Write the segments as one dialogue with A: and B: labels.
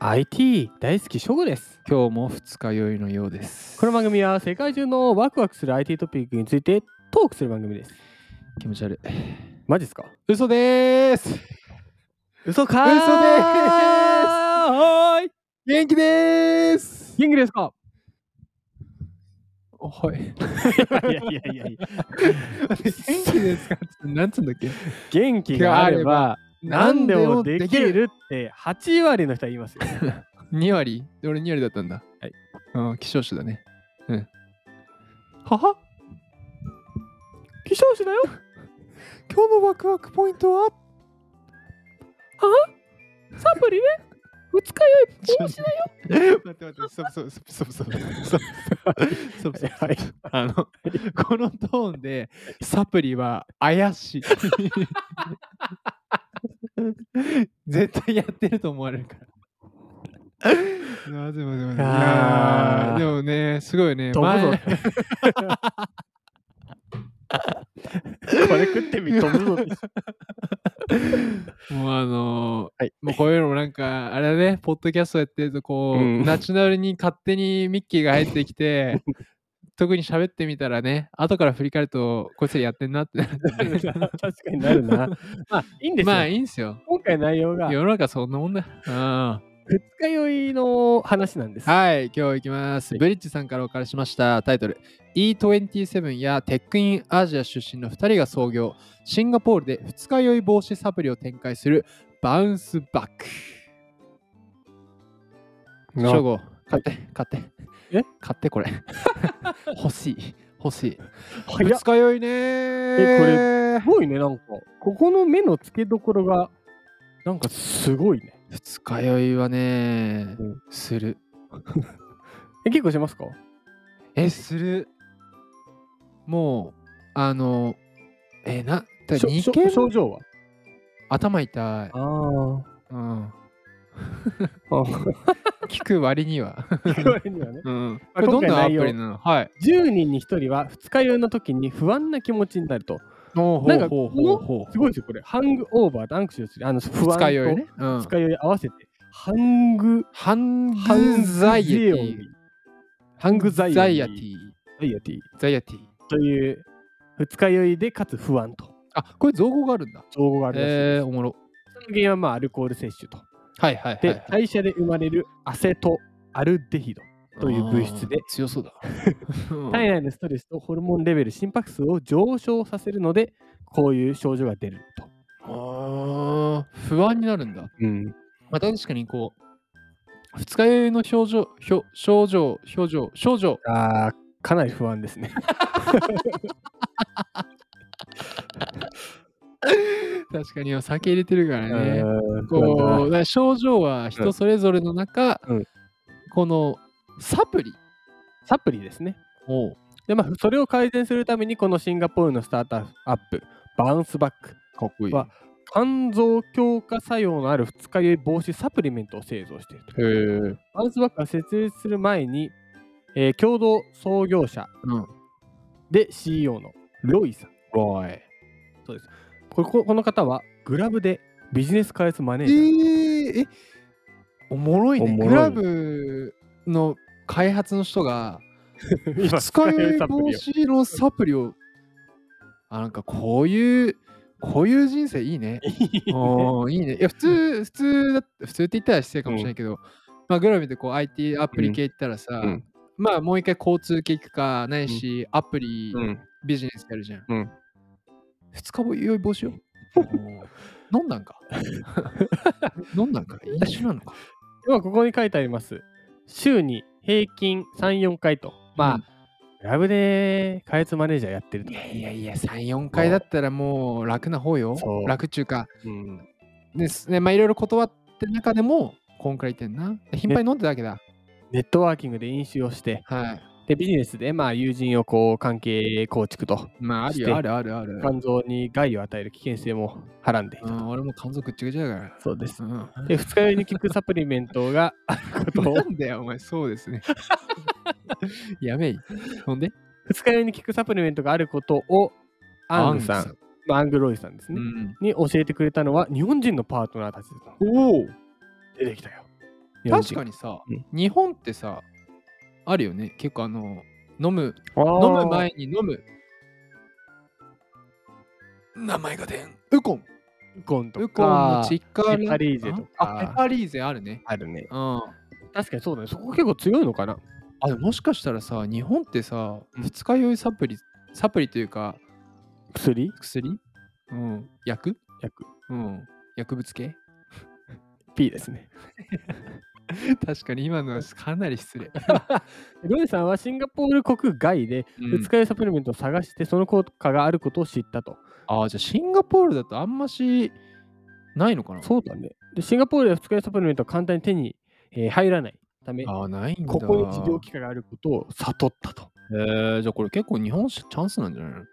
A: IT 大好きショゴです
B: 今日も二日酔いのようです
A: この番組は世界中のワクワクする IT トピックについてトークする番組です
B: 気持ち悪い
A: マジですか
B: 嘘でーす
A: 嘘か
B: ー
A: はーい
B: 元気でーす
A: 元気ですか
B: はい
A: いやいやいやいや
B: 元気ですかなんつうんだっけ
A: 元気があれば何でもできるって8割の人は言いますよ
B: 2割で俺2割だったんだ
A: はい
B: うん希少種だねうんはは
A: 希少 種だよ
B: 今日のワクワクポイントは
A: サプリね二日
B: 面白いよ 待って待ってストップストップストップストップストップストップストップストップ
A: はい
B: あの、このトーンでサプリは怪しい。絶対やってると思われるから。なぜまずまずい
A: あー
B: やーでもね、すごいね。
A: 飛ぶぞ
B: 前
A: これ食ってみ飛ぶぞって
B: もうあのー
A: はい
B: もうこういうのもなんか、あれだね、ポッドキャストやってると、こう、
A: うん
B: ナチュラルに勝手にミッキーが入ってき て、特に喋ってみたらね、後から振り返ると、こいつらやってんなってなるんだよ ね
A: 確かになるなまあいいんですよ、
B: まあいいんすよ。
A: 今回内容が
B: 世の中そんなもんだ。うん。
A: 二日酔いの話なんです。
B: はい、今日行きます。
A: はい
B: ブリッジさんからお借りしましたタイトル E27 やテックインアジア出身の2人が創業、シンガポールで二日酔い防止サプリを展開するバウンスバック。
A: な
B: 初号、買って、買って。
A: え
B: 買って これ。欲しい、欲しい。
A: 早っ
B: 二
A: す
B: 日酔いね
A: え
B: ー。
A: ごいね、なんか、ここの目の付けどころが、なんかすごいね。
B: 二日酔いはね
A: うん、
B: する。
A: え結構しますか
B: え、する。もう、あの、え、な、だ
A: しょ
B: 2
A: しょ
B: 軒
A: 症状は
B: 頭痛い。
A: あ
B: うん。
A: あ。
B: 聞く割には。
A: 言われるにはね。
B: うん。こ
A: あ
B: れど
A: 今
B: ん
A: 回
B: なアプ
A: 内
B: リ
A: 容
B: なのはい。
A: 10人に1人は二日酔いの時に不安な気持ちになると。
B: お
A: なんか
B: ほう
A: こ
B: ほう
A: の
B: ほう
A: すごいですよ、これ。ハングオーバーとアンクションする。あの、不安と
B: 二日酔いね。う
A: 二
B: ん。
A: 日酔い合わせて、ハング、
B: ハン
A: ハン
B: グザイエティ。
A: ハングザイエティ。
B: ザイエティ。
A: ザイエティ。
B: ザイエティ。
A: という、二日酔いでかつ不安と。
B: あ、これ造語があるんだ。
A: 造語があるらしいです。
B: えー、おもろ。
A: その原因はまあアルコール摂取と。
B: はいはいはい
A: で、
B: はい。
A: 代謝で生まれるアセトアルデヒド。という物質で
B: あー強そうだ。うん
A: 体内のストレスとホルモンレベル、心拍数を上昇させるので、こういう症状が出ると。
B: あー不安になるんだ。
A: うん、
B: まあ確かにこう、二日酔いの症状、表症状、表情、症状。
A: あーかなり不安ですね。
B: 確かにお酒入れてるからね。
A: うん
B: こうだから症状は人それぞれの中、
A: うん
B: このサプリ
A: サプリですね。
B: を
A: で、まあ、それを改善するために、このシンガポールのスタートアップ、バウンスバック、
B: かっこい
A: わ肝臓強化作用のある二日酔い防止サプリメントを製造していると。
B: へえ、
A: バウンスバックが設立する前に、えー共同創業者
B: うん、
A: で CEO のロイさん。
B: ロイ
A: そうです。これここの方はグラブでビジネス開発マネ
B: え
A: ージャー。
B: ー、えおもろい
A: お
B: ね
A: もろい
B: グラブの開発の人が
A: 今
B: 使い
A: サ
B: 防
A: プリを
B: 止のサプリをあなんかこういうこういう人生いいね おーいいね。いや、普通、普通だ普通って言ったら失礼かもしれないけど、まあ、グラミでこう IT アプリ系行ったらさ、
A: うん
B: まあ、もう一回交通系行くか、ないし、アプリ、
A: うん
B: ビジネスやるじゃん。
A: うん
B: 二日酔い防止よ。 飲んだんか飲んだんか飲酒なのか
A: 今ここに書いてあります。週に平均3、4回と。まあ、グラブで開発マネージャーやってる
B: うん
A: と
B: い。やいやいや、3、4回だったらもう楽な方よ
A: そう。
B: 楽中か。
A: うん、
B: ですね、まあ、いろいろ断ってる中でも、こんくらいいってんな。頻繁に飲んでたわけだ。
A: ネットワーキングで飲酒をして、
B: はい。
A: でビジネスで、まあ、友人をこう関係構築と、
B: まあ、ある
A: して
B: よ、あるあるある。
A: 肝臓に害を与える危険性もはらんでいる
B: う。ん、俺も肝臓ぐっちゃぐちゃだから。
A: そうです。
B: うん、
A: で、二日酔いに効くサプリメントがあることを
B: なんだよ、お前、そうですね。 やめい。ほんで
A: 二日酔いに効くサプリメントがあることをアングさん、まあ、アングロイさんです
B: う
A: ね、
B: ん。
A: に教えてくれたのは日本人のパートナーたちだと。
B: おお
A: 出てきたよ。
B: 確かにさ、
A: うん
B: 日本ってさ、あるよね。結構あの、飲む、
A: に
B: 飲む前に飲む。名前が出ん。ウコン。
A: ウコンと
B: ウコンの
A: か
B: チッカー
A: ペパリーゼとか
B: あ、ペパリーゼあるね。
A: あるね
B: うん。あ、
A: 確かにそうだねそこ結構強いのかな
B: でももしかしたらさ、日本ってさ、
A: うん
B: 二日酔いサプリ、サプリというか、
A: 薬
B: 薬うん。薬
A: 薬
B: うん。薬物系
A: P ですね
B: 確かに今のはかなり失礼。
A: ロイさんはシンガポール国外で
B: うん
A: 二日酔いサプリメントを探してその効果があることを知ったと、
B: ああ、じゃあシンガポールだとあんましないのかな
A: そうだねでシンガポールでは二日酔いサプリメントは簡単に手に、えー入らないため
B: ああ、ないんだ。
A: ここに治療機会があることを悟ったと
B: えー、じゃあこれ結構日本しチャンスなんじゃないの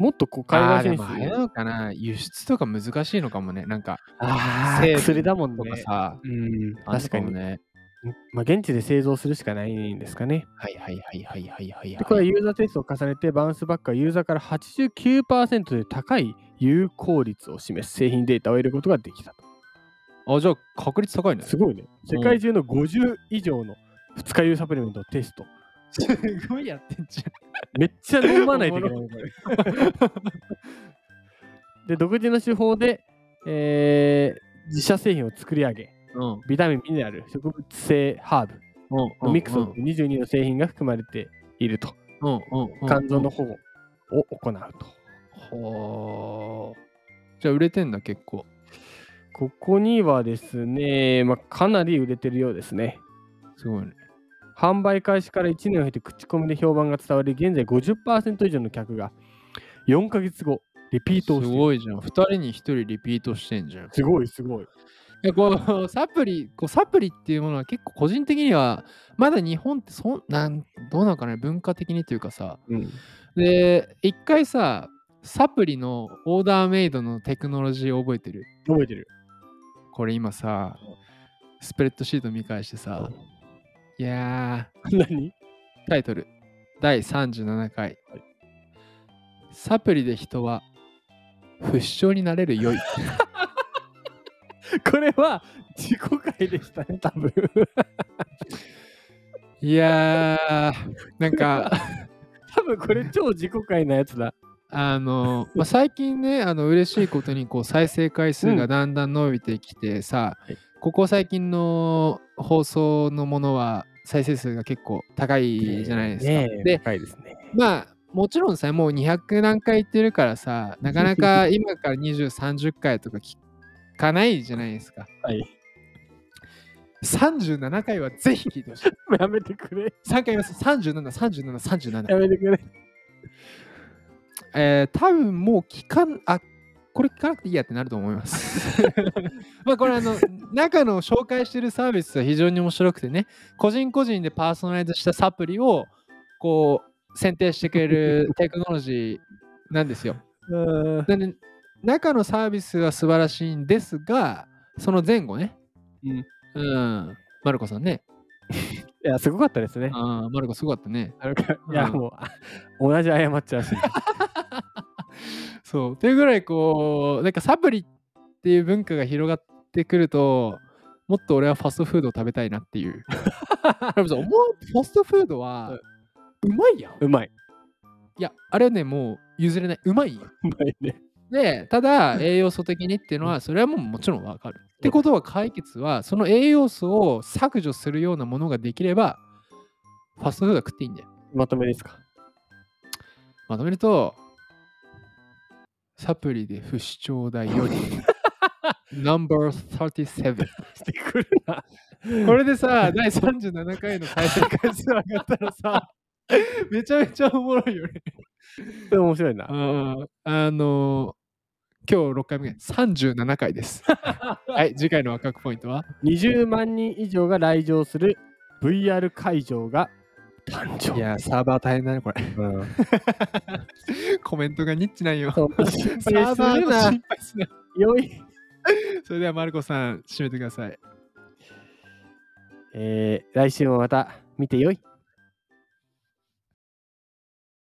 A: もっとこう海
B: あ
A: 外
B: ーで
A: 進
B: も
A: 出
B: あれなのかな輸出とか難しいのかもね。なんか、
A: あ
B: 成
A: ー
B: 分
A: 薬だもん
B: とか
A: ね
B: さ、
A: うん
B: あんの
A: 確かに
B: もね。
A: まあ、現地で製造するしかないんですかね。
B: はいはいはいはいはいはい、
A: でこれ
B: は。
A: はいユーザーテストを重ねて、バウンスバックはユーザーから89%という高い有効率を示す製品データを得ることができたと。
B: あ、じゃあ確率高いね。
A: すごいね。世界中の50以上の二日酔いサプリメントをテスト。
B: すごいやってんじ
A: めっちゃ飲まないといけ ない。で、独自の手法で、えー自社製品を作り上げ、
B: ゃん。うん。
A: ビタミン、ミネラル、植物性ハーブ
B: うん
A: のミクソン
B: う
A: 22の製品が含まれていると。
B: んうんうん。
A: 肝臓の保護を行うと。
B: ほーじゃあ売れてんだ結構。
A: ここにはですね、まあ、かなり売れてるようですね。
B: すごいね。
A: 販売開始から1年を経て口コミで評判が伝わり、現在50%以上の客が4ヶ月後、リピー
B: す
A: トをしている
B: ごいじゃん。二人に一人リピートしてんじゃん。
A: すごいすごい。
B: いやこうサプリこうサプリっていうものは結構個人的にはまだ日本ってそんなんどうなんかね文化的にというかさ
A: うん、
B: で一回さサプリのオーダーメイドのテクノロジーを覚えてる
A: 覚えてる。
B: これ今さスプレッドシート見返してさいや
A: 何
B: ータイトル第37回サプリで人は不死鳥になれる良い
A: これは自己回でしたね、多分。
B: いやーなんか
A: 多分これ超自己回なやつだ。
B: あの、まあ、最近ね、あの嬉しいことにこう再生回数がだんだん伸びてきてさ、
A: はい
B: ここ最近の放送のものは再生数が結構高いじゃないですか。
A: ねえ
B: で
A: 高いですね。
B: まあもちろんさもう200何回言ってるから さなかなか今から2030回とか聞かないじゃないですか。
A: はい。
B: 37回はぜひ聞いてほしい。
A: やめてくれ。
B: 3回言います。37、37、37。
A: やめてくれ。
B: えー、多分もう聞かん、あこれ聞かなくていいやってなると思います。 まあこれあの、中の紹介してるサービスは非常に面白くてね、個人個人でパーソナライズしたサプリをこう選定してくれる テクノロジーなんですよ。
A: うん
B: なんで、中のサービスは素晴らしいんですが、その前後ね、
A: うん、
B: うん、マルコさんね、
A: いや、すごかったですね。
B: あーマルコすごかったね。
A: あのか
B: うん
A: いや、もう、あ同じ過っちゃ うし。
B: そう。というぐらいこう、なんかサプリっていう文化が広がってくると、もっと俺はファストフードを食べたいなって いう。でもさお前ファストフードはうまいやん。いう
A: まい。
B: や、あれはね、もう譲れない。うまいよ。
A: うまいね。
B: で、ただ栄養素的にっていうのは、それはもうもちろんわかる。ってことは解決は、その栄養素を削除するようなものができれば、ファストフードは食っていいんだよ。
A: まとめですか。
B: まとめると、サプリで不死鳥だ より、No.37。
A: してくるな。
B: これでさ、第37回の再生回数上がったらさ、 めちゃめちゃおもろいよね。
A: これ面白いな。
B: ああのー今日6回目、37回 です。はい、次回のワクワクポイントは
A: 20万人以上が来場する VR 会場が誕生。
B: いや、サーバー大変だね、これ。
A: うん、
B: コメントがニッチなん よ。
A: そう
B: サーバーの
A: な
B: 心配すな。
A: 良い、
B: それでは、マルコさん、締めてください。
A: えー来週もまた見てよい。